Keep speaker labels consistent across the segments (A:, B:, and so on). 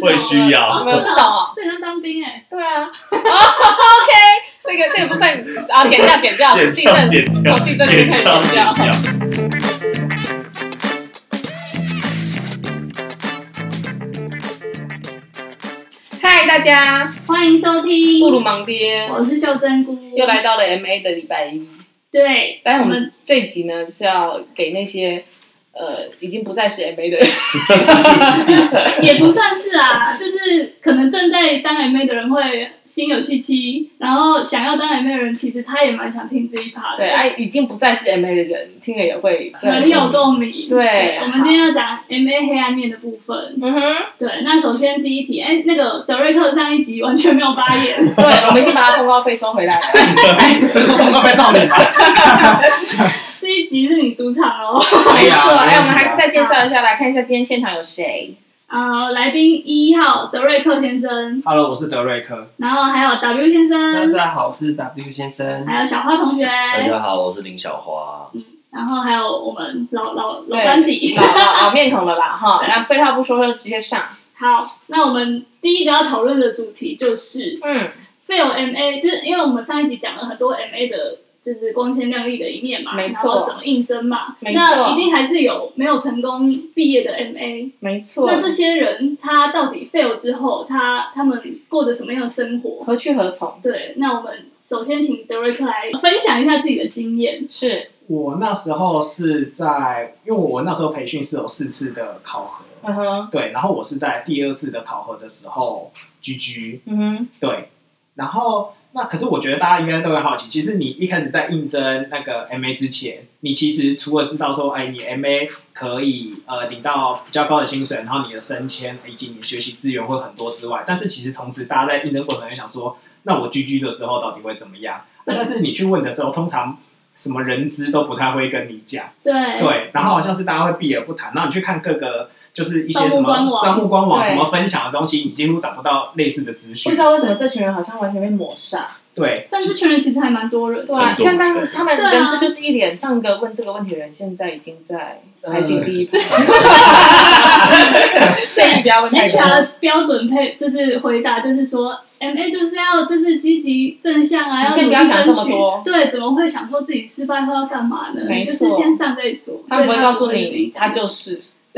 A: 会需要
B: 你们有这种哦
C: 这像当兵哎，
B: 对啊 ，OK，这个这个部分 啊，剪掉剪掉，
A: 剪
B: 地
A: 掉
B: 震
A: 剪掉
B: 从地震这
A: 剪
B: 边开始
A: 掉
B: 剪掉
A: 剪。掉。
B: 嗨，大家，
C: 欢迎收听
B: 布，鲁盲爹
C: 我是秀珍菇，
B: 又来到了 MA 的礼拜一，
C: 对，
B: 但我们这一集呢是要给那些呃已经不再是 MA 的 人，
C: 也不算是啊，就是可能正在当 M A 的人会心有戚戚，然后想要当 M A 的人，其实他也蛮想听这一趴的，
B: 对，哎、已经不再是 MA 的人听了也会对
C: 很有共鸣。
B: 对
C: 我们今天要讲 M A 黑暗面的部分。
B: 嗯哼，
C: 对，那首先第一题，哎，那个德瑞克上一集完全没有发言，
B: 对，我们已经把他通告费收回来了。
D: 这广告被照你吗？
C: 这一集是你主场哦。
D: 哎
B: 没
D: 呀
B: 错， 哎，我们还是再介绍一下，来看一下今天现场有谁。
C: 呃，来宾一号德瑞克先生，
D: Hello，我是德瑞克。
C: 然后还有 W 先
D: 大
C: 生，
D: 家好，我是 W 先生。
C: 还有小花同学，
A: 大家好，我是林小花。
C: 然后还有我们老老老
B: 对
C: 班底。
B: 老老老面孔了啦，哈，
C: 对
B: 那废话不说，就直接上。
C: 好，那我们第一个要讨论的主题就是
B: 嗯，
C: fail MA，就是因为我们上一集讲了很多 MA 的，就是光鲜亮丽的一面嘛，
B: 没
C: 然
B: 错
C: 后怎么应征嘛，
B: 没
C: 那
B: 错
C: 一定还是有没有成功毕业的 MA。
B: 没错。
C: 那这些人他到底 fail 之后，他他们过着什么样的生活？
B: 何去何从？
C: 对，那我们首先请德瑞克来分享一下自己的经验。
B: 是，
D: 我那时候是在，因为我那时候培训是有四次的考核，
B: 嗯哼，
D: 对，然后我是在第二次的考核的时候居居，
B: 嗯哼，
D: 对，然后那可是我觉得大家应该都会好奇，其实你一开始在应征那个 MA 之前，你其实除了知道说，哎，你 MA 可以呃领到比较高的薪水，然后你的升迁以及你的学习资源会很多之外，但是其实同时大家在应征过程中也想说，那我 GG 的时候到底会怎么样？
C: 嗯
D: 那但是你去问的时候，通常什么人资都不太会跟你讲。
C: 对，
D: 对，然后好像是大家会避而不谈，然后你去看各个就是一些什
C: 招募官
D: 么
C: 网
D: 招募官网
B: 对
D: 什么分享的东西，你几乎找不到类似的资
B: 不
D: 讯
B: 知。道为什么这群人好像完全被抹杀。
D: 对，
C: 但是圈人其实还蛮多人的，
B: 对啊，
A: 很多
B: 像他
A: 对
B: 们他们
C: 对啊
B: 人资就是一脸上个问这个问题的人，现在已经在海景第一排。 建议不要问太
C: HR
B: 多。
C: 的标准配就是回答就是说，M A 就是要就是积极正向啊，
B: 你
C: 要
B: 先不
C: 努
B: 要
C: 力
B: 想这
C: 争
B: 么
C: 取
B: 多
C: 对，怎么会想说自己失败后要干嘛呢？
B: 没
C: 你就
B: 错
C: 是先上再说。
B: 他们不会告诉
C: 所以不会
B: 你，
C: 跟讲
B: 他就是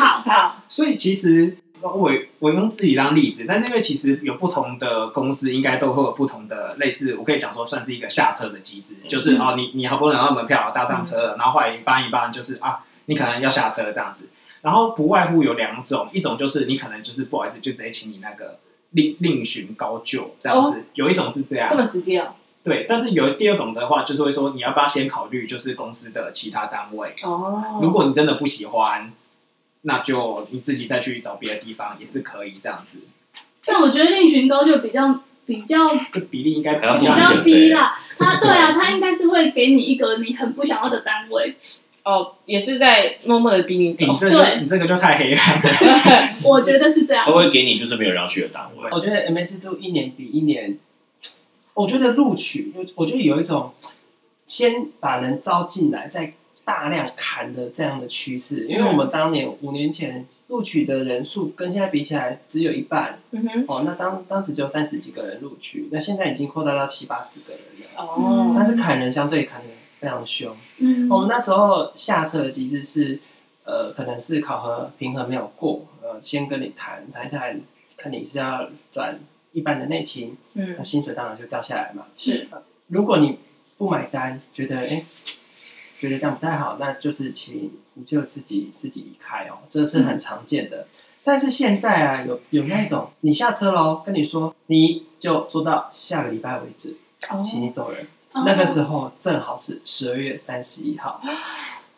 C: 好，
B: 好。
D: 所以其实我我用自己当例子，但是因为其实有不同的公司应该都会有不同的类似，我可以讲说算是一个下车的机制，就是
C: 嗯
D: 哦，你你好不容易拿到门票搭上车了，然后后来一般一般就是啊，你可能要下车这样子。然后不外乎有两种，一种就是你可能就是不好意思，就直接请你那个另另寻高就这样子，有一种是这样
B: 这，么直接哦。
D: 对，但是有第二种的话，就是会说你要不要先考虑就是公司的其他单位，如
B: 哦，
D: 果你真的不喜欢，那就你自己再去找别的地方也是可以这样子，
C: 但我觉得另寻高就比较比较
D: 这比例应该
A: 还要
C: 比
D: 较
A: 付出
C: 较
A: 钱
C: 低啦。他对啊，他应该是会给你一个你很不想要的单位。
B: 哦，也是在默默的逼你走
D: 你。这
C: 对
D: 就你这个就太黑暗了。
C: 我觉得是这样
A: 他。会给你就是没有人要去的单位，
E: 我觉得 MA 制度一年比一年，我觉得录取，我我觉得有一种先把人招进来，再大量砍的这样的趋势。因为我们当年五年前录取的人数跟现在比起来只有一半
B: 嗯哼，
E: 哦，那当当时只有三十几个人录取，那现在已经扩大到七八十个人了。
B: 哦，
E: 但是砍人相对砍的非常凶。
C: 嗯，
E: 我们哦那时候下车的机制是，呃，可能是考核平衡没有过，呃，先跟你谈谈一谈，看你是要转一般的内勤，那
B: 嗯，
E: 薪水当然就掉下来嘛。
B: 是，
E: 如果你不买单，觉得哎、诶觉得这样不太好，那就是请你就自己自己离开哦，这是很常见的。但是现在啊，有有那种你下车喽，跟你说你就做到下个礼拜为止，
B: 哦，
E: 请你走人。
C: 哦
E: 那个时候正好是十二月三十一 号，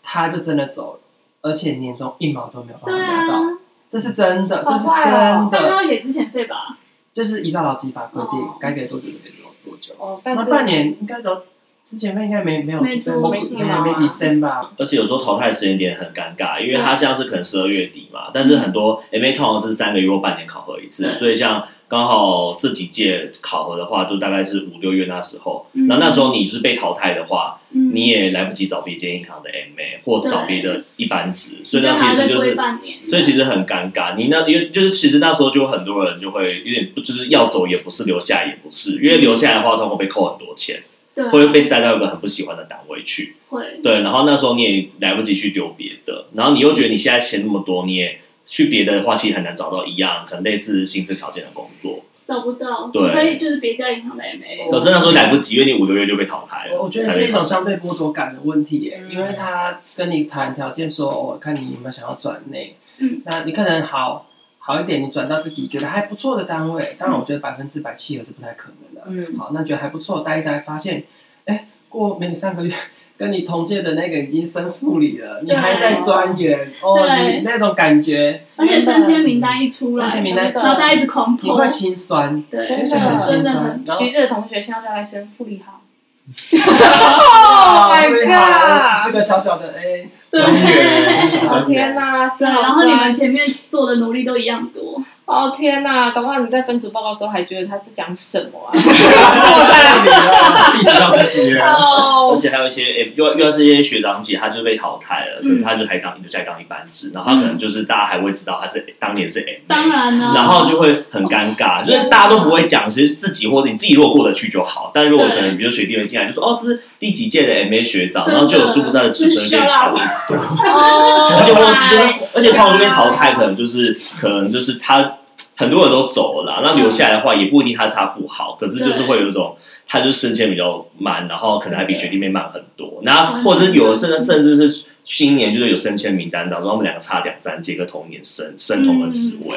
E: 他就真的走了，而且年终一毛都没有帮
C: 对
E: 他
C: 啊
E: 拿，到，这是真的，
B: 好
E: 这是
B: 坏哦
E: 真
C: 但他
E: 的，
C: 会给之前费吧？
E: 就是依照劳基法规定
C: 哦，
E: 该给多久就给多多久。
B: 哦，但
E: 那
B: 是
E: 半年应该都之前应该没没有
C: 没多
E: 没
B: 没几毛啊
E: 没几升吧？
A: 而且有时候淘汰时间点很尴尬，因为它像是可能十二月底嘛，但是很多 MA 通常是三个月或半年考核一次，
C: 对
A: 所以像刚好这几届考核的话，就大概是五六月那时候。
C: 嗯
A: 那、那时候你就是被淘汰的话，
C: 嗯
A: 你也来不及找别间银行的 MA 或找别的一班职，所以那
C: 就还
A: 其实
C: 在
A: 就
C: 归
A: 是。
C: 半年，
A: 所以其实很尴尬，你那因为就是其实那时候就很多人就会有点不就是要走也不是，留下来也不是，因为留下来的话，通常会被扣很多钱，
C: 对
E: 嗯
C: 啊
A: 或者被塞到一个很不喜欢的单位去。
C: 会
A: 对，然后那时候你也来不及去丢别的，然后你又觉得你现在钱那么多，你也去别的话，其实很难找到一样可能类似薪资条件的工作。
C: 找不到，
A: 对
C: 除非就是别家银行的 MA，
A: 可是那时候来不及，因为你五六月就被淘汰了。
E: 哦我觉得
A: 才
E: 是
A: 被
E: 一种哦
A: 淘汰
E: 相对剥夺感的问题耶，
B: 嗯
E: 因为他跟你谈条件说，哦我、看你有没有想要转内，
C: 嗯，
E: 那你可能好好一点，你转到自己觉得还不错的单位，当然我觉得百分之百契合是不太可能的、
B: 嗯，
E: 好，那觉得还不错，待一待，发现，哎，过没三个月，跟你同届的那个已经升副理了，你
C: 对
E: 还在专员，哦，
C: 对
E: 你那种感觉，
C: 而且升迁名单一出来，
E: 升迁名单
C: 然后大家一直狂
E: 你
C: 破
E: 会，心酸，
C: 对，
B: 真
E: 而
B: 的
E: 且很心
C: 真的
E: 酸
C: 很，
E: 然后
B: 徐志的同学现在在来升傅立 浩。
E: 哦
B: Oh
E: 对啊好只是个小小的哎，
D: 专员，
C: 对。
B: 哦
D: 专
B: 天
D: 员，
B: 哪，是
C: 对，啊
B: 好
C: 然后你们
B: 酸！
C: 前面做的努力都一样多，
B: 啊哦天哪，搞不好你在分组报告的时候还觉得他在讲什 么啊？错的。
D: 意识到自己了，
A: 而
B: 哦，
A: 且还有一些，诶又又是一些学长姐，他就被淘汰了，
C: 嗯
A: 可是他就还当留下来当一班制，然后他可能就是大家还会知道他是当年是 M，
C: 当然啊呢，
A: 然后就会很尴尬，就是大家都不会讲，其实自己或者你自己如果过得去就好。但如果可能，比如学弟们进来就说哦，这是第几届的 MA 学长，
C: 真的
A: 然后就有殊不知他的职称跟你抢
C: 就，
A: 而
C: 哦
B: 而
A: 且或者是
C: 欸
A: 就是，而且通常就被淘汰，可能就是可能就是他很多人都走了啦，那留下来的话也不一定他是他不好，可是就是会有一种。他就是升迁比较慢，然后可能还比学弟妹慢很多，然后或者是有甚至甚至是今年就是有升迁名单当中，他们两个差两三届，跟同年升升同的职位，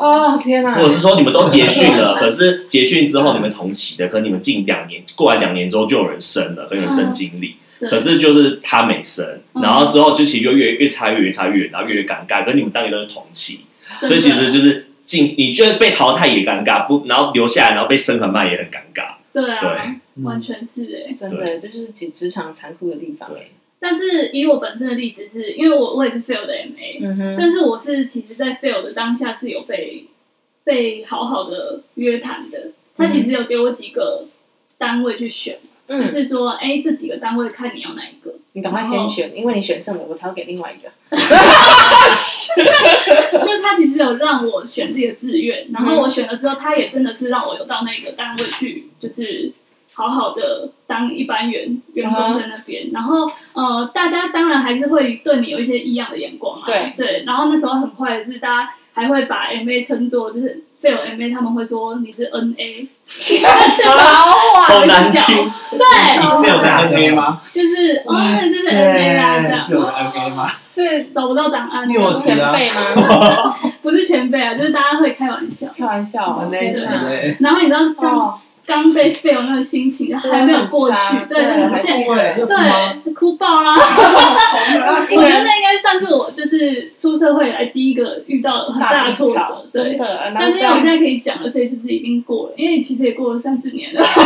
C: 哦，
B: 哦天哪
A: 或，者是说你们都结训了，可是结训之后你们同期的，可能你们近两年过来两年之后就有人升了，可能有人升经理，
C: 嗯对
A: 可是就是他没升，
C: 嗯
A: 然后之后就其实就越越差越越差越，然后越越尴尬，跟你们当年都是同期，
C: 真的
A: 所以其实就是进你觉得被淘汰也尴尬，不然后留下来然后被升很慢也很尴尬，
C: 对啊
A: 对，
E: 嗯
C: 完全是哎，
B: 真的，这就是职职场残酷的地方。
A: 对
C: 但是以我本身的例子是，因为我我也是 fail 的 MA，、
B: 嗯哼，
C: 但是我是其实，在 fail 的当下是有被被好好的约谈的。他其实有给我几个单位去选，就
B: 嗯，
C: 是说，哎、这几个单位看你要哪一个。
B: 你赶快先选，因为你选上了，我才会给另外一 个。
C: 就是他其实有让我选自己的志愿，然后我选了之后，他也真的是让我有到那个单位去，就是好好的当一般员员工在那边。然后呃，大家当然还是会对你有一些异样的眼光啊。
B: 对
C: 然后那时候很快的是，大家还会把 MA 称作就是 fail MA，他们会说你是 NA，
B: 超
A: 好难
C: 还是
A: 听，
D: 你
C: 对，
D: 是有在 NA 吗？
C: 就是哦，
E: 哇
C: 那
E: 塞
C: 就是 NA 啦，这样
D: 是有在 NA 吗？
B: 是
C: 找不到档案，
E: 因为我
B: 前辈 吗？
C: 不是前辈啊，就是大家会开玩笑。
B: 开玩笑啊，
E: 那一
B: 天
E: 集
B: 哪
E: 哎，
C: 然后你知道刚
B: 哦，
C: 刚被 fail 那个心情还没有过去，对，
B: 对，哦还
C: 现在
B: 记
E: 对，
B: 得，
E: 又不忙
C: 对，哭爆 啦！我
B: 哦因
C: 觉得
B: 为
C: 那应该算是我就是出社会以来第一个遇到很大
B: 大
C: 的
B: 低
C: 挫
B: 潮
C: 折，，
B: 真
C: 对。
B: 的。
C: 但是因为我
B: 然后
C: 现
B: 这样
C: 在可以讲了，所以就是已经过了，因为其实也过了三四年 了，所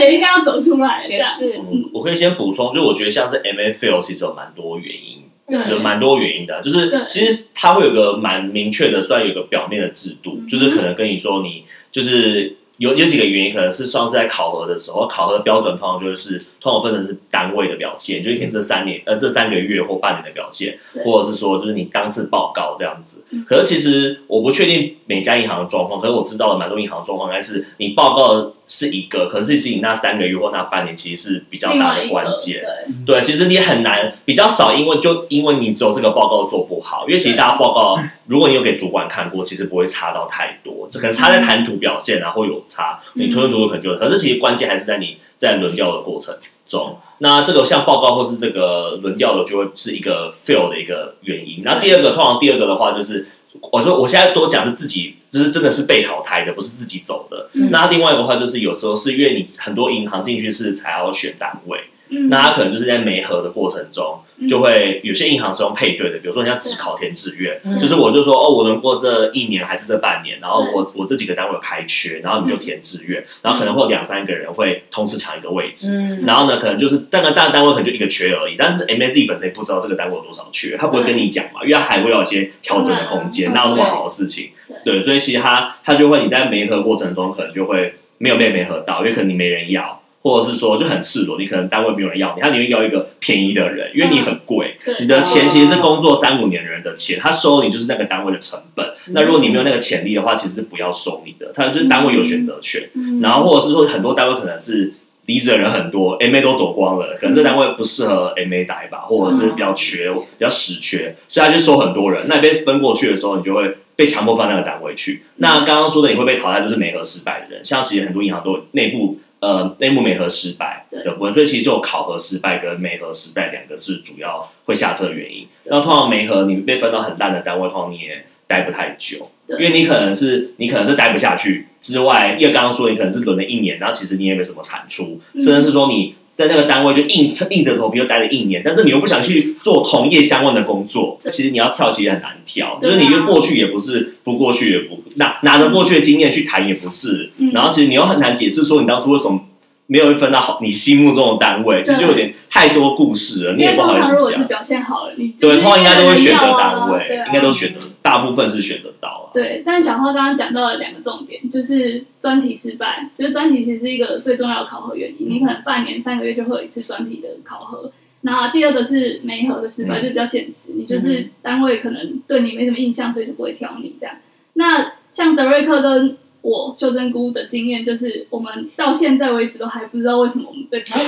C: 以也应该要走出来。这
B: 也
C: 样，
B: 是，
A: 嗯，我可以先补充，就是我觉得像是 M A fail 其实有蛮多原因
C: 对
A: 就蛮多原因的，就
C: 对
A: 是其实它会有个蛮明确的，算有个表面的制度
C: 嗯，
A: 就是可能跟你说你就是有有几个原因，可能是上次在考核的时候，考核标准通常就是通常分成是单位的表现，就是可能这三年呃这三个月或半年的表现
C: 对，
A: 或者是说就是你当次报告这样子
C: 嗯。
A: 可是其实我不确定每家银行的状况，可是我知道的蛮多银行的状况应该是你报告的是一个，可是其实你那三个月或那半年其实是比较
C: 另
A: 大
C: 外
A: 的
C: 一
A: 关
C: 个，
A: 键。
C: 对，
A: 对，其实你很难比较少，因为就因为你只有这个报告做不好，因为其实大家报告，如果你有给主管看过，其实不会差到太多，这可能差在谈吐表现啊，或有差，你吞吞吐吐可能就，可是其实关键还是在你在轮调的过程中。那这个像报告或是这个轮调的，就会是一个 fail 的一个原因。那第二个，通常第二个的话就是，我说我现在多讲是自己，就是真的是被淘汰的，不是自己走的。
C: 嗯
A: 那另外一个话就是，有时候是因为你很多银行进去是才要选单位。
C: 嗯
A: 那他可能就是在媒合的过程中，
C: 嗯
A: 就会有些银行是用配对的，比如说像只考填志愿，
B: 嗯
A: 就是我就说哦，我能过这一年还是这半年，然后我我这几个单位有开缺，然后
C: 嗯
A: 你就填志愿，然后可能会有两三个人会同时抢一个位置。
B: 嗯，
A: 然后呢，可能就是但个大单位可能就一个缺而已，但是 M A 自己本身也不知道这个单位有多少缺，他不会跟你讲嘛，因为他还会有一些调整的空间，
B: 嗯
A: 哪有那么好的事情
C: 对？
A: 对，所以其实他他就会你在媒合过程中可能就会没有被媒合到，因为可能你没人要，或者是说就很赤裸，你可能单位没有人要你，他宁愿要一个便宜的人，因为你很贵，
C: 对，
A: 你的钱其实是工作三五年的人的钱，他收你就是那个单位的成本。那如果你没有那个潜力的话，其实是不要收你的，他就是单位有选择权。
C: 嗯
A: 然后或者是说很多单位可能是离职的人很多，MA 都走光了，可能这单位不适合 MA 打一把，或者是比较缺、
B: 嗯
A: 比较实缺，所以他就收很多人。那你被分过去的时候，你就会被强迫放那个单位去。那刚刚说的你会被淘汰，就是美合失败的人，像其实很多银行都有内部。呃，内部美合失败的部分，所以其实就有考核失败跟美合失败两个是主要会下车的原因。那通常美合你被分到很烂的单位，通常你也待不太久。
C: 对
A: 因为你可能是你可能是待不下去之外，因为刚刚说你可能是轮了一年，然后其实你也没什么产出，
C: 嗯
A: 甚至是说你在那个单位就硬撑硬着头皮就待了一年，但是你又不想去做同业相关的工作，
C: 对
A: 其实你要跳其实很难跳，就
C: 对啊
A: 是你越过去也不是，不过去也不拿拿着过去的经验去谈也不是，
C: 嗯
A: 然后其实你又很难解释说你当初为什么。没有分到好你心目中的单位，其实就有点太多故事了，你
C: 因
A: 也
C: 为
A: 不好
C: 通
A: 意
C: 常如
A: 思
C: 果
A: 讲
C: 是。表现好了，你
A: 对，
C: 就是
A: 通常应该都会选择单
C: 要啊
A: 位
C: 对，啊
A: 应该都选择，大部分是选择到啊。
C: 对，但小花刚刚讲到了两个重点，就是专题失败，就是专题其实是一个最重要的考核原因，你可能半年、三个月就会有一次专题的考核。那第二个是媒合的失败，
A: 嗯
C: 就比较现实，你就是单位可能对你没什么印象，所以就不会挑你这样。那像德瑞克跟我秀珍菇的经验，就是我们到现在为止都还不知道为什么我们被挑，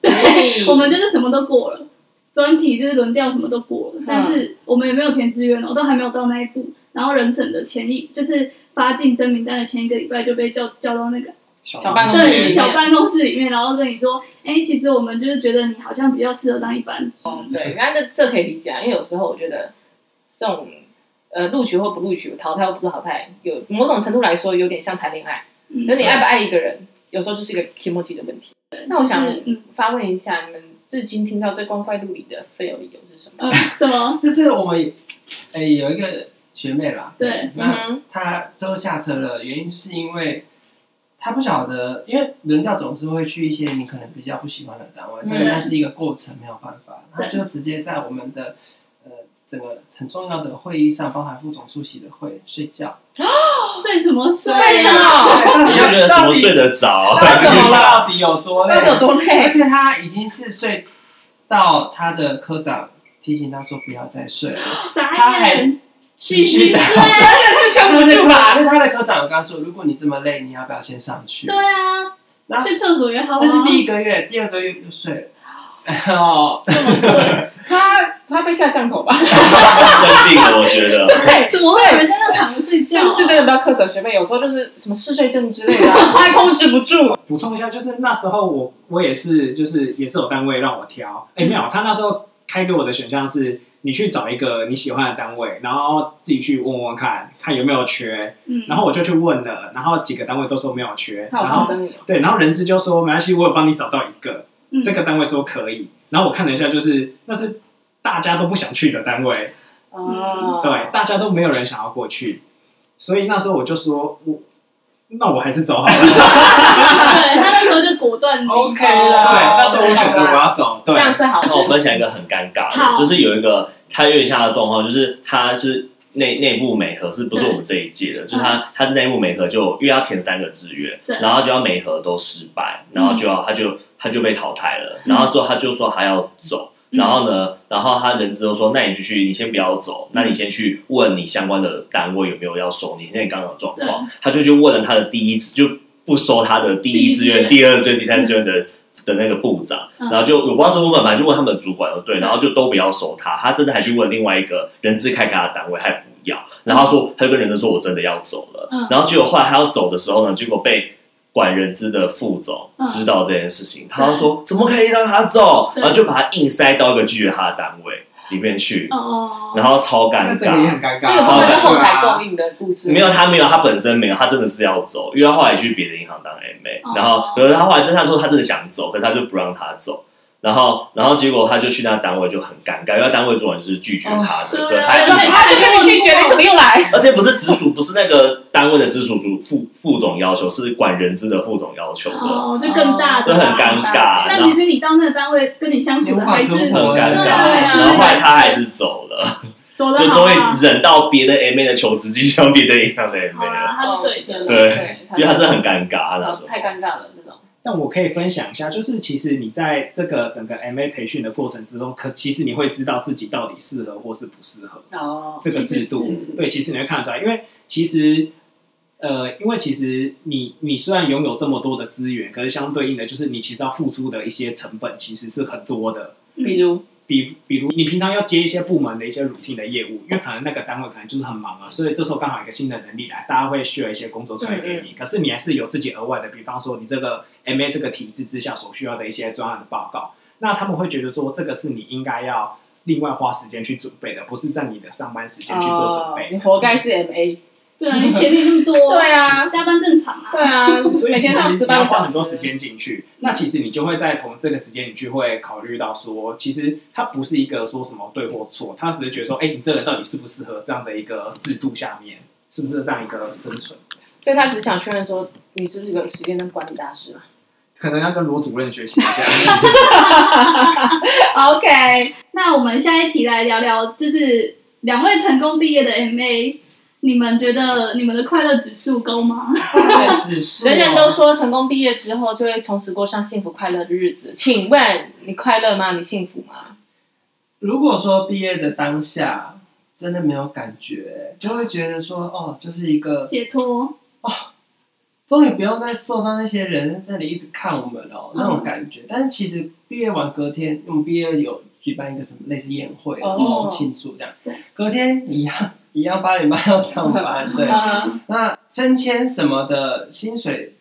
B: 对
C: 我们就是什么都过了，专题就是轮调什么都过了，但是我们也没有填志愿哦，都还没有到那一步。然后人审的前一，就是发进声明单的前一个礼拜就被叫叫到那个
B: 小办公室里
C: 对
B: 面
C: 小办公室里面，然后跟你说，哎，其实我们就是觉得你好像比较适合当一般。嗯
B: 对，那这这可以理解啊，因为有时候我觉得这种呃录取或不录取，淘汰或不淘汰，有某种程度来说有点像谈恋爱，
C: 嗯
B: 有点爱不爱一个人，有时候就是一个 e m o j i 的问题。那我想
C: 就是嗯
B: 发问一下，你们至今听到最光怪陆离的 fail 理由是什么？
C: 呃什么？
E: 就是我们哎、有一个学妹啦，
C: 对，
E: 那
B: 嗯
E: 他最后下车了，原因就是因为他不晓得，因为轮调总是会去一些你可能比较不喜欢的单位，
B: 嗯
E: 但那是一个过程，没有办法，他
C: 对
E: 就直接在我们的呃整个很重要的会议上，包含副总出席的会睡觉。
C: 睡什么睡？
B: 睡什么？
E: 到
A: 你就觉
E: 底
A: 得怎
E: 到
A: 么
E: 底
A: 睡得着？啊
B: 到 底怎么了
E: 到底有多累
B: 到？底有多累
E: 而？且他已经是睡到他的科长提醒他说不要再睡了，他
C: 傻
E: 还
C: 眼，啊
E: 继
C: 睡
E: 续 的。。
B: 真的是撑不住 吧？
E: 因为他的科长有跟他说，如果你这么累，你要不要先上去？
C: 对啊
E: 那，
C: 去厕所也好啊。
E: 这是第一个月，第二个月就睡了。 哦然后
C: 这么贵，
B: 他他被下降头吧？
A: 生病了，我觉得。
B: 对，
C: 怎么会有人在那躺着睡
B: 是
C: 觉啊？
B: 不是真的不要苛责学妹？有时候就是什么嗜睡症之类的 啊，他还控制不住。
D: 补充一下，就是那时候我我也是，就是也是有单位让我挑，哎、没有，他那时候开给我的选项是，你去找一个你喜欢的单位，然后自己去问问看，看有没有缺，
C: 嗯？
D: 然后我就去问了，然后几个单位都说没有缺，
B: 他有
D: 然
B: 放
D: 后
B: 生你哦，
D: 对，然后人资就说没关系，我有帮你找到一个，
C: 嗯
D: 这个单位说可以，然后我看了一下，就是那是大家都不想去的单位，
B: 哦
D: 对，大家都没有人想要过去，所以那时候我就说，我那我还是走 好了。
C: 对他那时候就果断离开
D: OK
B: 啦
D: 对，那时候我选择我要走，对
B: 这，样是好
A: 那我分享一个很尴尬的，
C: 好
A: 就是有一个他有点像他的状况，就是他是内内部美合，是不是我们这一届的？就是他他是内部美合，就因为要填三个志愿
C: 对，
A: 然后就要美合都失败，然后就要他就他就被淘汰了，然后之后他就说他要
C: 嗯
A: 走。然后呢？然后他人资都说：“那你继续，你先不要走，那你先去问你相关的单位有没有要收你。”现在刚刚的状况，他就去问了他的第一志，就不收他的第一志愿、
C: 第
A: 第二志愿、第三志愿的的那个部长。
C: 嗯
A: 然后就我不知道是部门，反正就问他们的主管哦，对，
C: 嗯
A: 然后就都不要收他，他甚至还去问另外一个人资开给他的单位，他也不要，然后他说他就跟人资说我真的要走了，
C: 嗯
A: 然后结果后来他要走的时候呢，结果被管人资的副总
C: 嗯
A: 知道这件事情，他就说怎么可以让他走，
C: 对
A: 然后就把他硬塞到一个拒绝他的单位里面去，
C: 哦，
A: 然后超尴
D: 那这个也
A: 尬。
D: 很尴尬。
B: 这个部分是后台供
D: 应，
B: 应的故事，
D: 啊
A: 没有，他没有，他本身没有，他真的是要走，因为他后来去别的银行当 MA，、
C: 哦
A: 然后可是他后来真的说他真的想走，可是他就不让他走，然后然后结果他就去那单位就很尴尬，因为他单位主管就是拒绝他的，
C: 哦
A: 对，
C: 对啊
A: 他
B: 而且
C: 对
B: 他就跟你拒绝，你怎么又来？
A: 而且不是直属，不是那个单位的直属主副副总要求，是管人资的副总要求的，
C: 哦，就更大
A: 都
C: 的
A: 很
C: 啦。
A: 尴尬，然
C: 那
A: 后
C: 其实你到那个单位跟你相处的还是
E: 你无法出
A: 很
E: 国
A: 尴
C: 对
A: 尬，
C: 啊
A: 然后后来他还是走了，
C: 走
A: 就
C: 的好
A: 终于
C: 啊，
A: 忍到别的 M A 的求职，继续当别的银行的 M
C: 好啊
A: A 了，
C: 啦，他
B: 啊
C: 是对的。
A: 对因为他真的很尴尬，他那时候
B: 太尴尬了，这种
D: 但我可以分享一下，就是其实你在这个整个 MA 培训的过程之中，可其实你会知道自己到底适合或是不适合
B: 哦，
D: 这个制度。对，其实你会看得出来，因为其实呃，因为其实你你虽然拥有这么多的资源，可是相对应的就是你其实要付出的一些成本其实是很多的。
B: 比如
D: 比比如你平常要接一些部门的一些 routine 的业务，因为可能那个单位可能就是很忙啊，所以这时候刚好有一个新的能力来，大家会 share 一些工作出来给你。可是你还是有自己额外的，比方说你这个 MA 这个体制之下所需要的一些专案的报告，那他们会觉得说这个是你应该要另外花时间去准备的，不是在你的上班时间去做准
B: 哦，
D: 备。
B: 你活该是 M A。
C: 对啊，你钱领这么多，
B: 对啊，
C: 加班正常啊。
B: 对 啊，
D: 所以
B: 每
D: 其
B: 天
D: 实
B: 上
D: 你
B: 十
D: 要
B: 八
D: 花
B: 小
D: 很多时。间进去。那其实你就会在同这个时间，你去会考虑到说，其实它不是一个说什么对或错，它只是觉得说，哎、你这个人到底适不适合这样的一个制度下面，是不是这样一个生存？
B: 所以他只想确认说，你是不是个时间跟管理大师嘛
D: 可能要跟罗主任学习一 下。
B: ？OK，
C: 那我们下一题来聊聊，就是两位成功毕业的 MA，你们觉得你们的快乐指数高吗？
E: 指数
B: 人人
E: 哦
B: 都说成功毕业之后就会从此过上幸福快乐的日子，请问你快乐吗？你幸福吗？
E: 如果说毕业的当下真的没有感觉，就会觉得说哦，就是一个
C: 解脱，
E: 终于不用再受到那些人在那里一直看我们了、
C: 嗯
E: 那种感觉。但是其实毕业完隔天，我们毕业有举办一个什么类似宴会，然
B: 哦
E: 后庆祝这样。
C: 对
E: 隔天一样一样八点半要上班， 对。
B: 嗯
E: 那升迁什么的薪水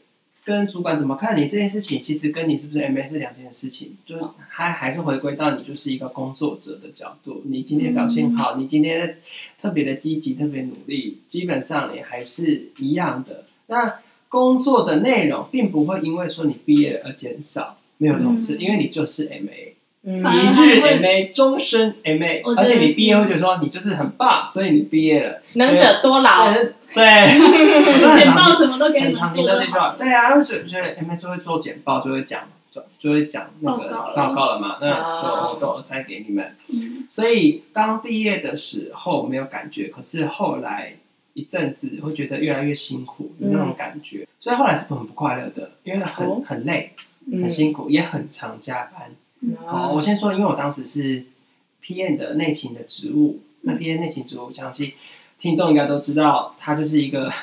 E: 跟主管怎么看你这件事情，其实跟你是不是 M A 是两件事情，就是还还是回归到你就是一个工作者的角度，你今天表现好，你今天特别的积极、特别努力，基本上你还是一样的。那工作的内容并不会因为说你毕业而减少，没有这种事，
C: 嗯
E: 因为你就是 M A，
B: 嗯
C: 反
E: 一
C: 而
E: 日
C: 还会
E: M A，终身 M A，
C: 我觉得
E: 而且你毕业会觉得说你就是很棒，所以你毕业了，
B: 能者多劳。
E: 对 对，我真的很
C: 简
E: 忙
C: 报什么都给你
E: 很
C: 们
E: 常
C: 做
E: 听到
C: 的
E: 这句话，对啊，就觉觉得 M A 就会做简报，就会讲，就就会讲那
C: 报
E: 个
C: 告了
E: 报告了嘛，那
B: 啊
E: 就我都塞给你们。
C: 嗯，
E: 所以刚毕业的时候没有感觉，可是后来一阵子会觉得越来越辛苦，有
B: 嗯
E: 那种感觉，所以后来是很不快乐的，因为很
B: 哦
E: 很累，
B: 嗯
E: 很辛苦，也很常加班。好，我先说，因为我当时是 P N 的内勤的职务，那 P N 内勤职务，相信听众应该都知道，它就是一个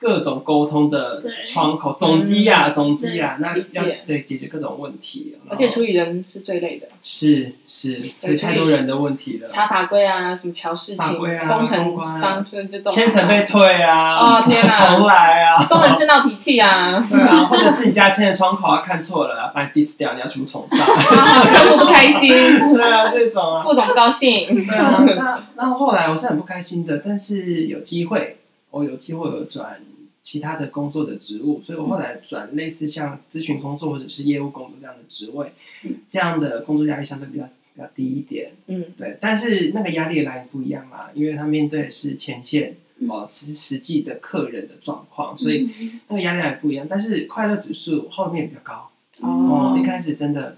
E: 各种沟通的
C: 对
E: 窗口，总机呀、总机呀、那
B: 嗯理
E: 要
B: 解
E: 对解决各种问题，然后
B: 而且处理人是最累的，
E: 是是
B: 对
E: 是太多人的问题了，
B: 查法规啊，什么乔事
E: 法
B: 情、
E: 规啊
B: 工程
E: 公关啊
B: 方顺就都
E: 千层被退啊，
B: 哦天啊
E: 重来 啊，
B: 工程师闹脾气 啊，
E: 对啊，或者是你家签的窗口啊看错了啊，把你 diss 掉，你要全部重上，
B: 客户不开心，
E: 对啊，这种啊，
B: 副总不高兴，
E: 对啊，那 那后来我是很不开心的，但是有机会，我有机会有转其他的工作的职务，所以我后来转类似像咨询工作或者是业务工作这样的职位，
C: 嗯
E: 这样的工作压力相对比较比较低一点。
B: 嗯，
E: 对，但是那个压力来源不一样啦，因为他面对的是前线
C: 嗯
E: 哦，实实际的客人的状况，所以
C: 以
E: 那个压力来源不一样。但是快乐指数后面比较高
B: 哦
E: 哦，一开始真的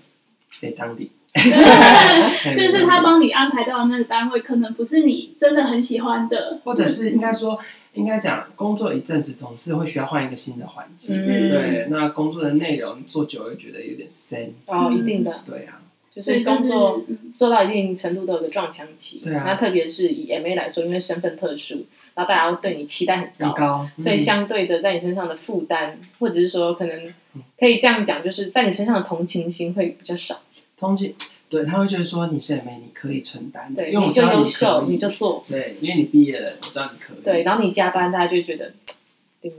E: 得 当地， 哎
C: 就是他帮你安排到的那个单位，可能不是你真的很喜欢的，
E: 或者是应该说，应该讲工作一阵子，总是会需要换一个新的环境。
B: 嗯
E: 对，那工作的内容做久了觉得有点深。
B: 哦，
C: 嗯
B: 一定的，
E: 对啊，
B: 就
C: 所
B: 是
C: 以就
B: 工
C: 是
B: 作
C: 嗯
B: 做到一定程度都有个撞墙期，
E: 对啊
B: 那特别是以 MA 来说，因为身份特殊，然后大家对你期待很
E: 很
B: 高，
E: 高，嗯
B: 所以相对的在你身上的负担，或者是说可能可以这样讲，就是在你身上的同情心会比较少，
E: 嗯通勤，对他会觉得说你是 M，你可以承担的，
B: 对，
E: 因为我
B: 你
E: 知
B: 就
E: 道
B: 优
E: 你可
B: 秀，
E: 以，嗯
B: 你就做，
E: 对，因为你毕业了，我知道你可以。
B: 对，然后你加班，大家就会觉得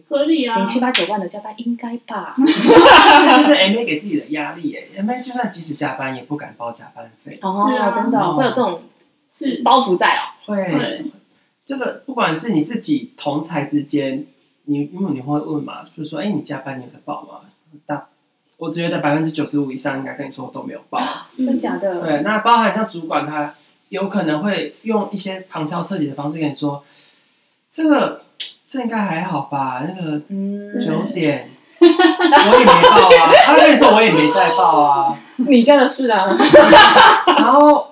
C: 合理啊
B: 领，七八九万的加班应该吧，
E: 嗯这就是 M A 给自己的压力耶。M A 就算即使加班，也不敢报加班费。
B: 哦，
C: 是啊
B: 真的哦、
E: 嗯
B: 会有这种
C: 是，
B: 包袱在哦。
E: 会，
C: 对，
E: 这个不管是你自己同才之间，你因为你会问嘛，就是说，哎，你加班你有在报吗？大，我觉得百分之九十五以上应该跟你说都没有报。
C: 嗯
B: 真假的？
E: 对，那包含像主管他有可能会用一些旁敲侧击的方式跟你说，这个这应该还好吧？那个
B: 嗯，
E: 九 点我也没报啊，他会跟你说我也没在报啊，
B: 你家的事啊，
E: 然后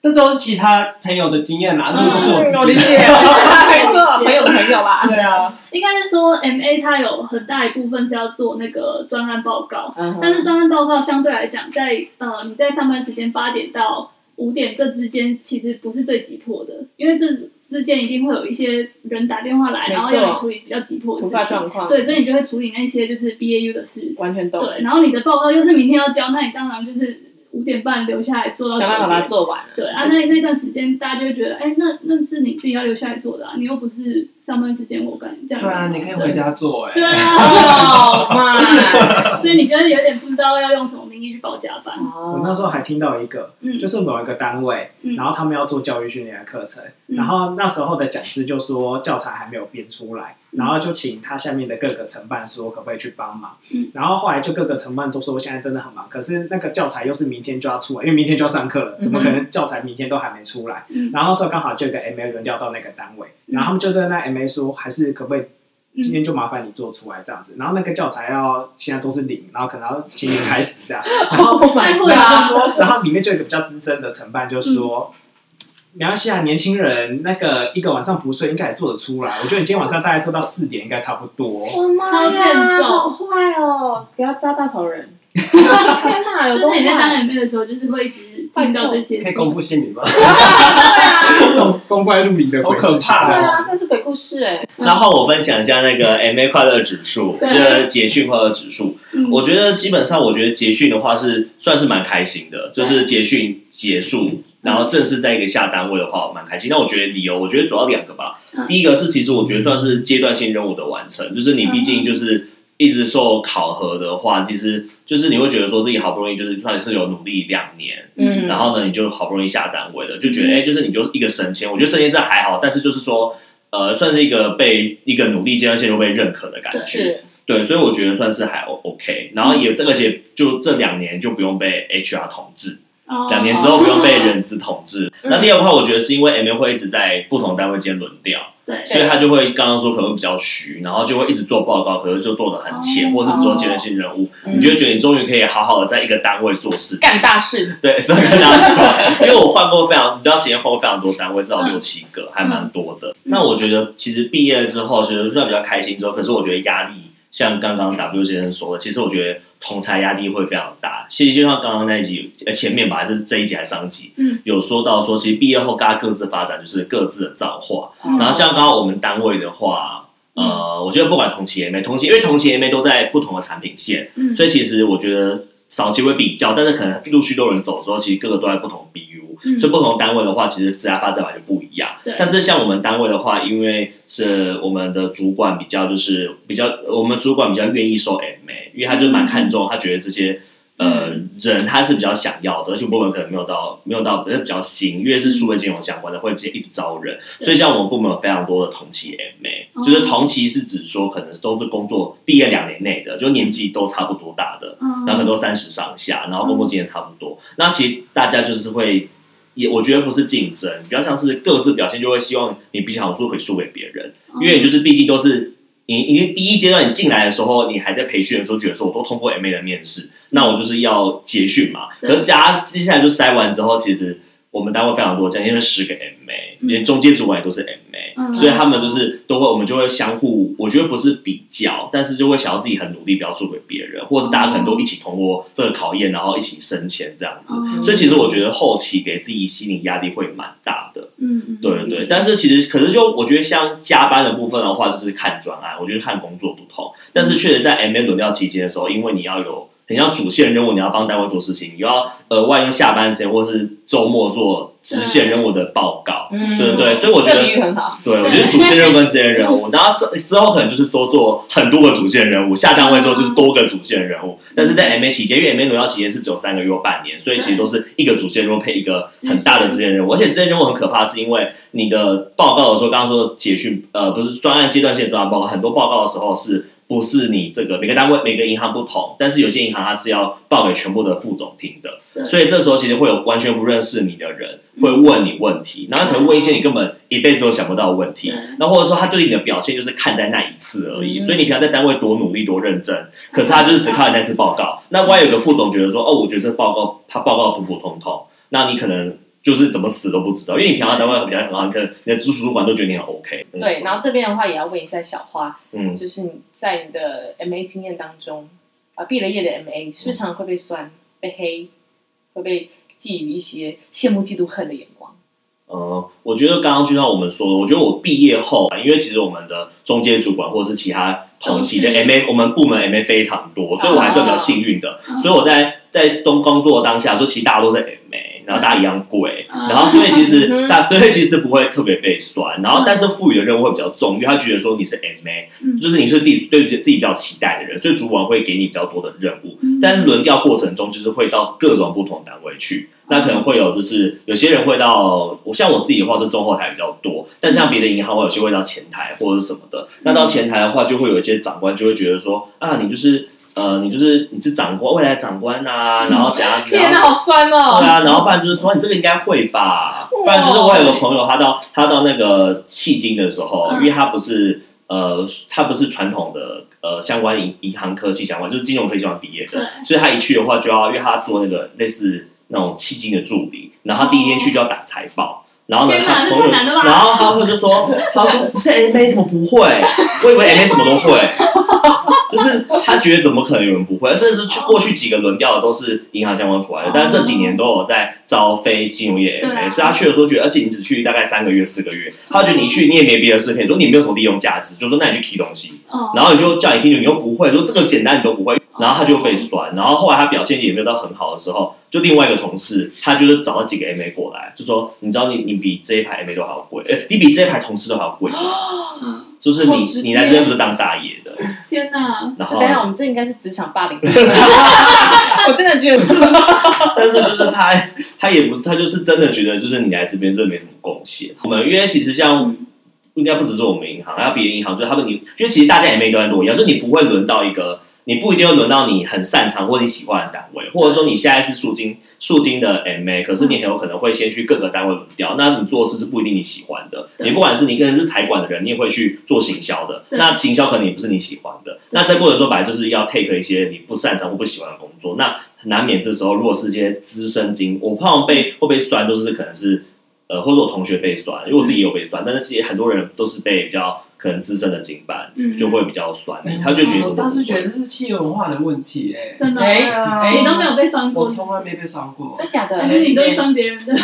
E: 这都是其他朋友的经验啦，那不是我自己。
B: 嗯我理 解，没错，朋友的朋友吧。
E: 对啊，
C: 应该是说 M A 它有很大一部分是要做那个专案报告，
B: 嗯哼
C: 但是专案报告相对来讲，在呃你在上班时间八点到五点这之间，其实不是最急迫的，因为这之间一定会有一些人打电话来，
B: 没错
C: 然后要你处理比较急迫的
B: 突
C: 事
B: 发
C: 情，
B: 状况，
C: 对，所以你就会处理那些就是 B A U 的事，
B: 完全懂，
C: 对，然后你的报告又是明天要交，那你当然就是五点半留下来做到
B: 想办法把
C: 九点
B: 它。做完了。
C: 对啊，那那段时间大家就会觉得，哎、那那是你自己要留下来做的啊，你又不是上班时间我干这样。
E: 对啊，你可以回家做哎、
C: 对 啊，
B: 哦 妈！
C: 所以你觉得有点不知道要用什么名义去报加班。
D: 我那时候还听到一个，
C: 嗯，
D: 就是某一个单位，
C: 嗯
D: 然后他们要做教育训练的课程，
C: 嗯
D: 然后那时候的讲师就说教材还没有编出来，
C: 嗯
D: 然后就请他下面的各个承办说可不可以去帮忙，
C: 嗯
D: 然后后来就各个承办都说现在真的很忙，可是那个教材又是明天就要出来，因为明天就要上课了，
B: 嗯哼
D: 怎么可能教材明天都还没出来？
C: 嗯
D: 然后那时候刚好就有一个 M A 轮调到那个单位，
C: 嗯
D: 然后他们就对那 M A 说，还是可不可以
C: 嗯
D: 今天就麻烦你做出来这样子，然后那个教材要现在都是零，然后可能要请你开始这样，然
B: 哦
D: 后
C: 太会
D: 对啊，
C: 了，
D: 就说，然后里面就有一个比较资深的承办就说。没关系啊，年轻人那个一个晚上不睡应该也做得出来。我觉得你今天晚上大概做到四点应该差不多。
B: 我妈
C: 超欠
B: 呀，
C: 揍
B: 好坏哦！给他扎稻草人！天哪，有
C: 就
B: 多
C: 是你在当
B: 坏？
C: 人妹的时候，就是会一直听到这些
E: 可以
C: 事。
E: 公布姓 名吗？
D: 这种光怪陆离的鬼事情
E: 好可怕
B: 对
E: 哦
B: 啊，这是鬼故事哎！
A: 然后我分享一下那个 MA 快乐指数，
C: 对
A: 就是捷讯快乐指数。
C: 嗯
A: 我觉得基本上，我觉得捷讯的话是算是蛮开心的，就是捷讯结束，然后正式在一个下单位的话，蛮开心。那我觉得理由，我觉得主要两个吧
C: 嗯。
A: 第一个是，其实我觉得算是阶段性任务的完成，就是你毕竟就是一直受考核的话，其实就是你会觉得说自己好不容易就是算是有努力两年，
B: 嗯
A: 然后呢，你就好不容易下单位了，就觉得哎、就是你就一个升迁，我觉得升迁是还好，但是就是说，呃，算是一个被一个努力阶段性就被认可的感觉，
B: 是
A: 对，所以我觉得算是还 O OK。然后
C: 嗯
A: 也这个节就这两年就不用被 HR 统治，
C: 哦嗯
A: 两年之后不用被人资统治。那第二块，我觉得是因为 M A 会一直在不同单位间轮调，
C: 对，
A: 所以他就会刚刚说可能会比较虚，然后就会一直做报告，可是就做的很浅，
C: 哦
A: 或是只做阶段性任务，
B: 嗯
A: 你就会觉得你终于可以好好的在一个单位做事情。
B: 干大事，
A: 对，是跟大家说，因为我换过非常，你知道，时间换过非常多单位，至少六七个，还蛮多的。那我觉得，其实毕业了之后，其实算比较开心之后，可是我觉得压力，像刚刚 W 先生说的，其实我觉得同才压力会非常大。其实就像刚刚那一集，呃，前面吧，还是这一集还是上一集，
C: 嗯
A: 有说到说，其实毕业后大家各自发展，就是各自的造化。
B: 嗯
A: 然后像刚刚我们单位的话，呃，我觉得不管同期也没同期，因为同期也没都在不同的产品线，
C: 嗯
A: 所以其实我觉得少期会比较，但是可能陆续都有人走之后，其实各个都在不同 BU，、
C: 嗯
A: 所以不同单位的话，其实职涯发展完全不一样
C: 对。
A: 但是像我们单位的话，因为是我们的主管比较就是比较，我们主管比较愿意收 MA，因为他就蛮看重，他觉得这些。呃，
C: 嗯
A: 人他是比较想要的，而且部门可能没有到没有到呃比较新，因为是数位金融相关的，会直接一直招人，
C: 对
A: 所以像我们部门有非常多的同期 MA，、
C: 哦
A: 就是同期是指说可能都是工作毕业两年内的，就年纪都差不多大的，
C: 嗯
A: 然后很多三十上下，然后工作经验差不多。那其实大家就是会，也我觉得不是竞争，比较像是各自表现，就会希望你比较好做可以输给别人，
C: 哦
A: 因为就是毕竟都是你，你第一阶段你进来的时候，你还在培训的时候，觉得说我都通过 MA 的面试，那我就是要结训嘛。
C: 对
A: 可是加接下来就筛完之后，其实我们单位非常多这样，因为十个 MA，
C: 嗯
A: 连中间主管也都是 MA，、
C: 嗯
A: 所以他们就是都会，我们就会相互，我觉得不是比较，但是就会想要自己很努力，不要输给别人，或者是大家可能都一起通过这个考验，然后一起升迁这样子。
C: 嗯
A: 所以其实我觉得后期给自己心理压力会蛮大的。
C: 嗯嗯
A: 对对，但是其实可是就我觉得像加班的部分的话，就是看专案，我觉得看工作不同。但是确实在 M N 轮调期间的时候，因为你要有很像主线任务，你要帮单位做事情，你要额外用下班时间或是周末做支线任务的报告。
B: 嗯
A: 对对，所以我觉
B: 这
A: 得
B: 比喻很好。
A: 对，我觉得主线任务跟支线任务，然后是之后可能就是多做很多个主线任务，下单位之后就是多个主线任务。但是在 M A 期间，因为 M A 轮调期间是只有三个月或半年，所以其实都是一个主线任务配一个很大的支线任务。而且支线任务很可怕，是因为你的报告的时候，刚刚说解讯呃不是专案阶段性的专案报告，很多报告的时候是。不是你这个每个单位每个银行不同，但是有些银行它是要报给全部的副总听的，
C: 对
A: 所以这时候其实会有完全不认识你的人会
B: 嗯
A: 问你问题，然后可能问一些你根本一辈子都想不到的问题
C: 对，
A: 那或者说他对你的表现就是看在那一次而已，
B: 嗯
A: 所以你平常在单位多努力多认真，可是他就是只看你那
B: 嗯
A: 次报告。那万一有个副总觉得说，哦，我觉得这报告他报告普普通通，那你可能就是怎么死都不知道，因为你平常单位比较很好，你可能你的直属主管都觉得你很 OK。
B: 对，然后这边的话也要问一下小花，
A: 嗯，
B: 就是你在你的 MA 经验当中，啊，毕了业的 MA 是不是常常会被酸、被黑、会被寄予一些羡慕、嫉妒、恨的眼光？
A: 呃，我觉得刚刚就像我们说的，我觉得我毕业后，因为其实我们的中间主管或者是其他同期的
C: 同事
A: MA，我们部门 MA 非常多，所以我还算比较幸运的。
C: 哦
A: 所以我在在东工作当下，说其实大家都是 MA，然后大家一样贵，
C: 嗯
A: 然后所以其
B: 嗯
A: 实大所以其实不会特别被酸，然后但是赋予的任务会比较重，因为他觉得说你是 MA，
C: 嗯
A: 就是你是自己对自己比较期待的人，所以主管会给你比较多的任务。
C: 嗯
A: 在轮调过程中，就是会到各种不同单位去。那可能会有，就是有些人会到，我像我自己的话，就中后台比较多，但像别的银行，我有些会到前台或者是什么的。那到前台的话，就会有一些长官就会觉得说，啊，你就是呃，你就是你是长官，未来长官呐、然后怎样 怎
B: 天
A: 样
B: 哪，。好酸哦！
A: 对啊，然后不然就是说你这个应该会吧，不然就是我有个朋友，他到他到那个迄今的时候，
C: 嗯
A: 因为他不是呃他不是传统的呃相关银银行科系相关，就是金融科系相关毕业的，
C: 对
A: 所以他一去的话就要，因为他做那个类似那种迄今的助理，然后他第一天去就要打财报。然后呢，
C: 天哪
A: 他朋友，
C: 这太难了吧
A: 然后他朋友就说，他说是 M A 怎么不会？我以为 M A 什么都 会，就是他觉得怎么可能有人不会，甚至去过去几个轮调的都是银行相关出来的，但是这几年都有在招非金融业 M
C: 对
A: A，、
C: 啊
A: 所以他去的时候觉得，而且你只去大概三个月四个月，他觉得你去你也没别的事可以做，你没有什么利用价值，就说那你去提东西，
C: 哦，
A: 然后你就叫你听，你又不会，说这个简单你都不会，然后他就被酸。然后后来他表现也没有到很好的时候，就另外一个同事，他就是找了几个 MA 过来，就说你知道你你比这一排 MA 都还要贵，呃你比这一排同事都还要贵吗，
C: 嗯
A: 就是你
B: 哦好直接
A: 你来这边不是当大爷 的，
C: 天哪，
A: 然
B: 这
A: 后
B: 等一下我们这应该是职场霸凌， 我真的觉得
A: 但是就是他他也不他就是真的觉得就是你来这边真的没什么贡献。我们因为其实像
C: 嗯
A: 应该不只是我们银行，还有别的银行，就是他们你，因为其实大家也没都在跟我一样，就是你不会轮到一个，你不一定会轮到你很擅长或你喜欢的单位，或者说你现在是数金数金的 MA，可是你很有可能会先去各个单位轮调，那你做事是不一定你喜欢的，
C: 对
A: 你不管是你个人是财管的人，你也会去做行销的，
C: 对
A: 那行销可能也不是你喜欢的，那在过程中本来就是要 take 一些你不擅长或不喜欢的工作，那难免这时候如果是一些资深经，我怕我们被会被酸，都是可能是。呃，或者我同学被酸，因为我
C: 嗯
A: 自己也有被酸，但是其实很多人都是被比较可能资深的经办
C: 嗯
A: 就会比较酸，他就觉得说
E: 嗯哦我当时觉得这是企业文化的问题哎、
C: 真的，
B: 哎
E: 啊
B: 哎
C: 你都没有被伤
E: 我
C: 过，
E: 从来没被伤过，
B: 真假
C: 还
B: 的，
C: 是你都是伤别 人的？
E: 应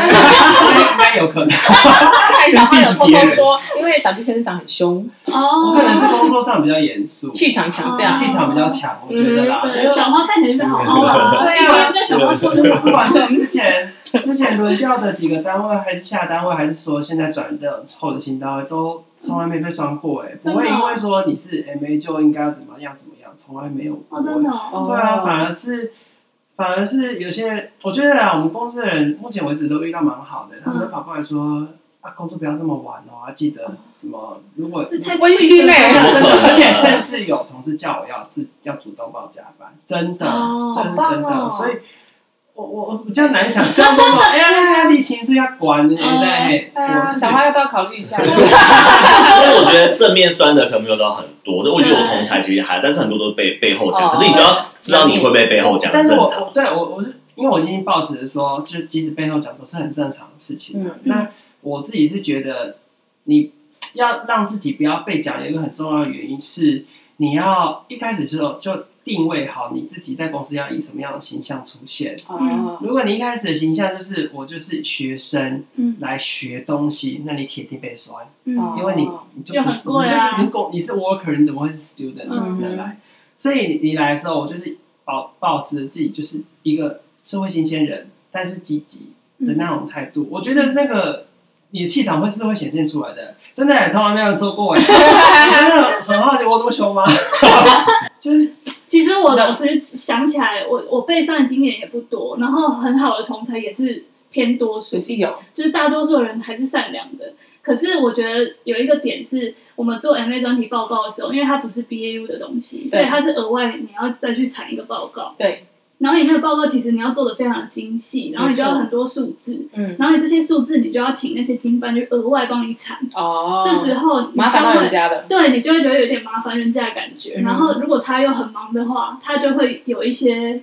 E: 该有可
B: 刚
E: 能，
B: 才小花有偷偷说，因为 W 先生长很凶，
E: 我
C: 哦，
E: 可能是工作上比较严肃，哦气
B: 气场强大，
E: 场比较强，我觉得啦。因
C: 嗯对，
E: 为
C: 小猫看起来就好哦好玩，
B: 对啊
C: 因为这小猫做
E: 真
C: 的
E: 的不管是之前之前轮调的几个单位，还是下单位，还是说现在转任后的新单位，都从来没被双过哎、
C: 真的哦
E: 不会因为说你是 MA 就应该要怎么样怎么样，从来没有 过、
C: 哦，真的哦，
E: 对啊，反而是反而是有些人，我觉得啊，我们公司的人目前为止都遇到蛮好的，他们都跑过来说。啊，工作不要这么晚哦！啊，记得什么？如果
C: 这太
B: 温馨欸
E: 真的
C: 欸，
E: 真的，而且甚至有同事叫我要自要主动报加班，真的，
C: 哦
E: 这是
B: 好
E: 真
B: 棒
E: 的，
B: 哦
E: 所以。我我我比较难想象这种，哎呀，疫情是要管的，
C: 嗯
E: 哎，
B: 对啊
E: 我是觉
B: 小
E: 得
B: 花要不要考虑一 下？
A: 因为我觉得正面酸的可能没有到很多，我觉得我同才其实还，但是很多都被背后讲，
B: 哦
A: 可是你就要知道你会被背后讲，
E: 但是
A: 正
E: 我
A: 常。
E: 我对我我是因为我已经抱持说，就是即使背后讲都是很正常的事情，
B: 嗯，
E: 那我自己是觉得，你要让自己不要被讲，有一个很重要的原因是，你要一开始就就定位好你自己在公司要以什么样的形象出现。
B: 哦，
E: 如果你一开始的形象就是我就是学生
C: 嗯
E: 来学东西，那你铁定被酸，
B: 哦
E: 因为你你就不是
C: 就很贵啊
E: 你就是你工你是 worker，你怎么会是 student
C: 嗯
E: 来来？所以你你来的时候，我就是保保持自己就是一个社会新鲜人，但是积极
B: 嗯
C: 嗯
E: 的那种态度。我觉得那个你的气场会是会显现出来的，真的从来没有人 说过哎，我真的很好奇我这么凶吗？就是
C: 其实我老师想起来，我我背算的经验也不多，然后很好的同才也是偏多数
B: 水，是有，
C: 就是大多数人还是善良的。可是我觉得有一个点是，我们做 MA 专题报告的时候，因为它不是 BAU 的东西，所以它是额外你要再去产一个报告。
B: 对。
C: 然后你那个报告其实你要做的非常的精细，然后你就要
B: 没错
C: 很多数字，
B: 嗯，
C: 然后你这些数字你就要请那些经办去额外帮你产。
B: 哦，
C: 这时候你
B: 麻烦
C: 就会
B: 到人家了，
C: 对你就会觉得有点麻烦人家的感觉。
B: 嗯
C: 然后如果他又很忙的话，他就会有一些，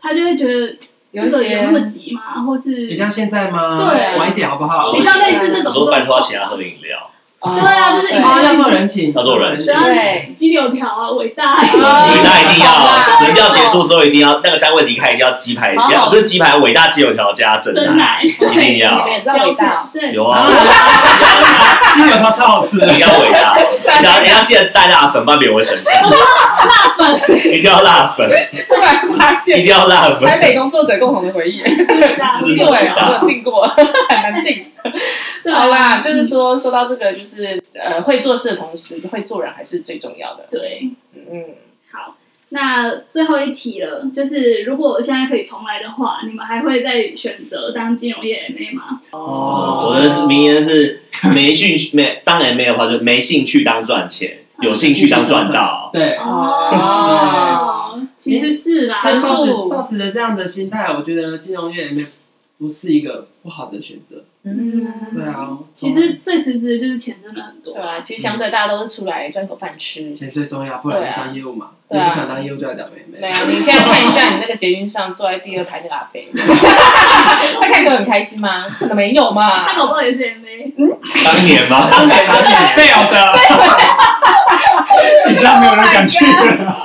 C: 他就会觉得
B: 有一
C: 这个有那
B: 些
C: 么急吗？或是
E: 一定要现在吗？
C: 对
E: 晚一点好不好？
C: 比较类似这
A: 我
C: 种
A: 都拜
C: 状
A: 托
C: 况
A: 他，请他喝个饮料，
B: 哦
C: 对啊就是
B: 对
C: 你
E: 啊，要做人情，
A: 要做人情
B: 对
C: 鸡柳条啊，伟大
E: 嗯
B: 啊
A: 伟大一定要，
B: 对
A: 人调结束之后一定要那个单位离开一定要鸡排，
B: 好
A: 不要不是鸡排，伟大鸡油条加真
C: 真
A: 奶，
C: 奶，
A: 啊一定
B: 你
A: 要
B: 们也知道伟大，哦
C: 对，
A: 有
E: 啊
A: 啊，
E: 鸡柳条超好吃的
A: 一定要伟大，
B: 啊
A: 然后 你要记得带辣粉，不然别人会生气，
C: 辣粉
A: 一定要辣粉，
B: 突然发
A: 一
B: 现
A: 定要辣粉
B: 台，北工作者共同的回忆，
C: 对啊
A: 是
B: 不
A: 不是
B: 错哎，我有定过，很难定。
C: 对啊
B: 好啦，就是说说到这个，就是呃，会做事的同时，会做人还是最重要的。
C: 对。
B: 嗯，
C: 好，那最后一题了，就是如果现在可以重来的话，你们还会再选择当金融业 MA 吗？
E: 哦
A: 我的名言是没兴趣没当 M A 的话，就没兴趣当赚钱，有兴趣当赚 到。
E: 对，
B: 哦
C: 哦，其实是啦，
B: 陈
E: 抱持
B: 述
E: 抱持着这样的心态，我觉得金融业里面不是一个不好的选择。
B: 嗯，
E: 对啊，
C: 其实最实质就是钱真的很多
B: 对。啊，其实相对大家都是出来赚口饭吃。
E: 钱最重要，不然就当业务嘛。
B: 对
E: 你
B: 啊
E: 不想当业务就来当妹
B: 对
E: 妹。
B: 啊，你现在看一下你那个捷运上坐在第二排那个阿贝， 他看起来很开心吗？可能没有嘛
C: 他。搞不好也是 MA，
A: 当年吗？
E: 当然啦，免费的，
D: 你知道没有人敢去了。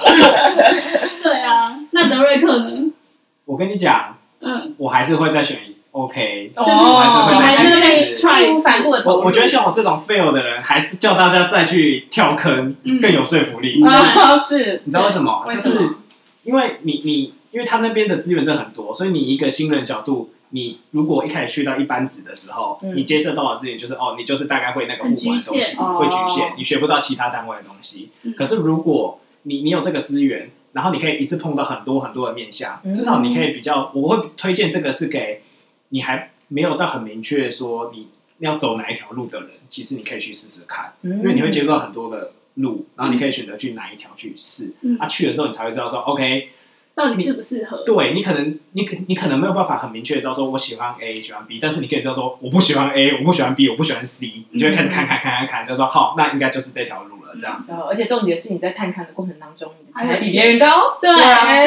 C: 对啊。那德瑞克呢？
D: 我跟你讲，
C: 嗯，
D: 我还是会再选一 OK。
B: 哦，
C: 还是
B: 还
C: 会
B: 是会义无反顾的投啊
D: 我
B: 入。
D: 我觉得像我这种 fail 的人，还叫大家再去跳坑，
C: 嗯
D: 更有说服力。
B: 啊，是
D: 你知道为什么？
B: 为
D: 就
B: 什么
D: 是因为你你，因为他那边的资源真的很多，所以你一个新人角度，你如果一开始去到一班子的时候，
B: 嗯
D: 你接受到的资源就是哦，你就是大概会那个
C: 很
D: 互管的
C: 局
D: 东西，
C: 限
B: 哦
D: 会局限，你学不到其他单位的东西。
C: 嗯
D: 可是如果你你有这个资源，然后你可以一次碰到很多很多的面向，
B: 嗯
D: 至少你可以比较，我会推荐这个是给你还没有到很明确说你要走哪一条路的人，其实你可以去试试看。
B: 因
D: 因为你会接触到很多的路，然后你可以选择去哪一条去试。
C: 嗯
D: 啊，去了之后你才会知道说，OK，
C: 到底适不适合？
D: 对你可能你可你可能没有办法很明确的知道说我喜欢 A 喜欢 B，但是你可以知道说我不喜欢 A，我不喜欢 B，我不喜欢 C，你就会开始看看看看看，就说好，那应该就是这条路了，这 样。
B: 然哦后，而且重点是你在探勘的过程当中，你的
C: 还
B: 才
C: 有
B: 比别人高。
C: 对
B: 对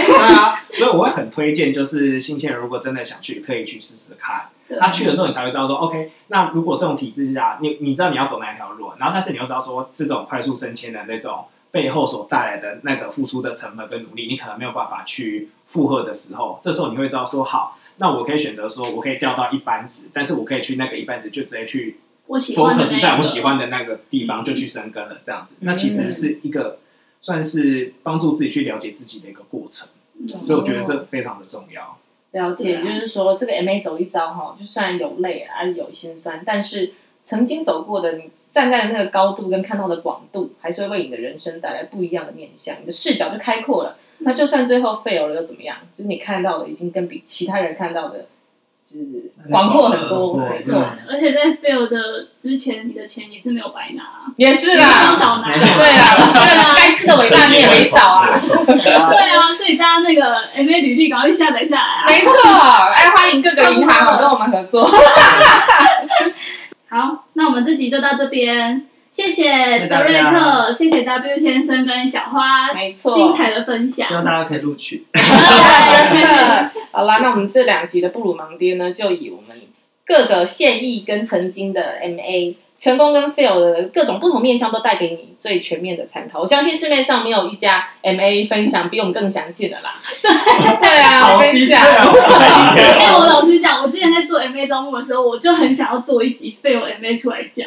D: 对啊，所以我会很推荐，就是新鲜人如果真的想去，可以去试试看。
C: 对
D: 他、去了之后，你才会知道说，OK，那如果这种体制下，你你知道你要走哪一条路，然后但是你又知道说，这种快速升迁的那种背后所带来的那个付出的成本跟努力，你可能没有办法去负荷的时候，这时候你会知道说，好，那我可以选择说，我可以调到一班子，但是我可以去那个一班子就直接去
C: 我喜欢的那
D: focus
C: 一
D: 在我
C: 个
D: 喜欢的那个地方就去生根了，这样子，那其实
B: 嗯
D: 是一个算是帮助自己去了解自己的一个过程，
C: 嗯
D: 所以我觉得这非常的重要。
B: 了解，
C: 对啊
B: 就是说这个 MA 走一遭哈，就虽然有累啊，有心酸，但是曾经走过的，你站在那个高度跟看到的广度，还是会为你的人生带来不一样的面向，你的视角就开阔了。
C: 嗯
B: 那就算最后 fail 了又怎么样？就是你看到的已经跟比其他人看到的，就是广阔很多，
D: 嗯
E: 对
B: 没错，
C: 而且在 fail 的之前，你的钱也是没有白拿，
B: 也是啊
C: 多
B: 啦，
C: 少拿
D: 没。错
B: 对 啦，对啦，该吃的伟大你也没少啊。
C: 对啊，所以大家那个 MA 履历赶快去下载下来啊。
B: 没错，哎，欢迎各个银行哦跟我们合作。
C: 好，那我们这集就到这边，谢谢
E: 谢
C: 德
E: 大
C: 瑞
E: 家
C: 克，谢谢 W 先生跟小花
B: 没错，
C: 精彩的分享
E: 希。望大家可以录取。
B: 真的。 好啦，那我们这两集的布鲁盲爹呢，就以我们各个现役跟曾经的 MA 成功跟 fail 的各种不同面向，都带给你最全面的参考。我相信市面上没有一家 MA 分享比我们更详尽的啦。对啊，我
D: 好
B: 跟你
D: 低调
B: 讲，
D: 哦，
A: 太低
C: 哎、
A: 了。
C: 我老实讲，我之前在做 MA 招募的时候，我就很想要做一集 fail MA 出来讲，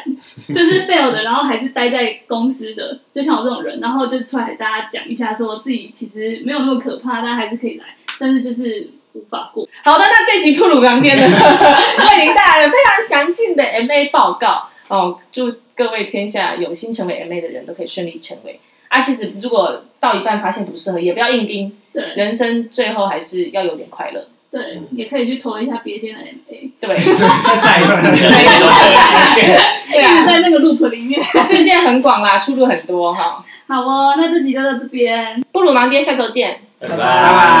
C: 就是 fail 的，然后还是待在公司的，就像我这种人，然后就出来大家讲一下，说自己其实没有那么可怕，但还是可以来，但是就是无法过。
B: 好的，那这集布鲁港店呢， 为您带来了非常详尽的 MA 报告哦。祝各位天下有心成为 MA 的人都可以顺利成为。啊，其实如果到一半发现不适合，也不要硬盯，
C: 对
B: 人生最后还是要有点快乐。
C: 对，也可以去投一下别间的 MA，
B: 对，
D: 再一次。
B: 对
C: 一直
B: 啊，
C: 在那个 loop 里面。
B: 世界很广啦，出路很多哈。
C: 好哦，那这集就到这边。
B: 布鲁盲爹，下周见。
A: 拜
E: 拜拜。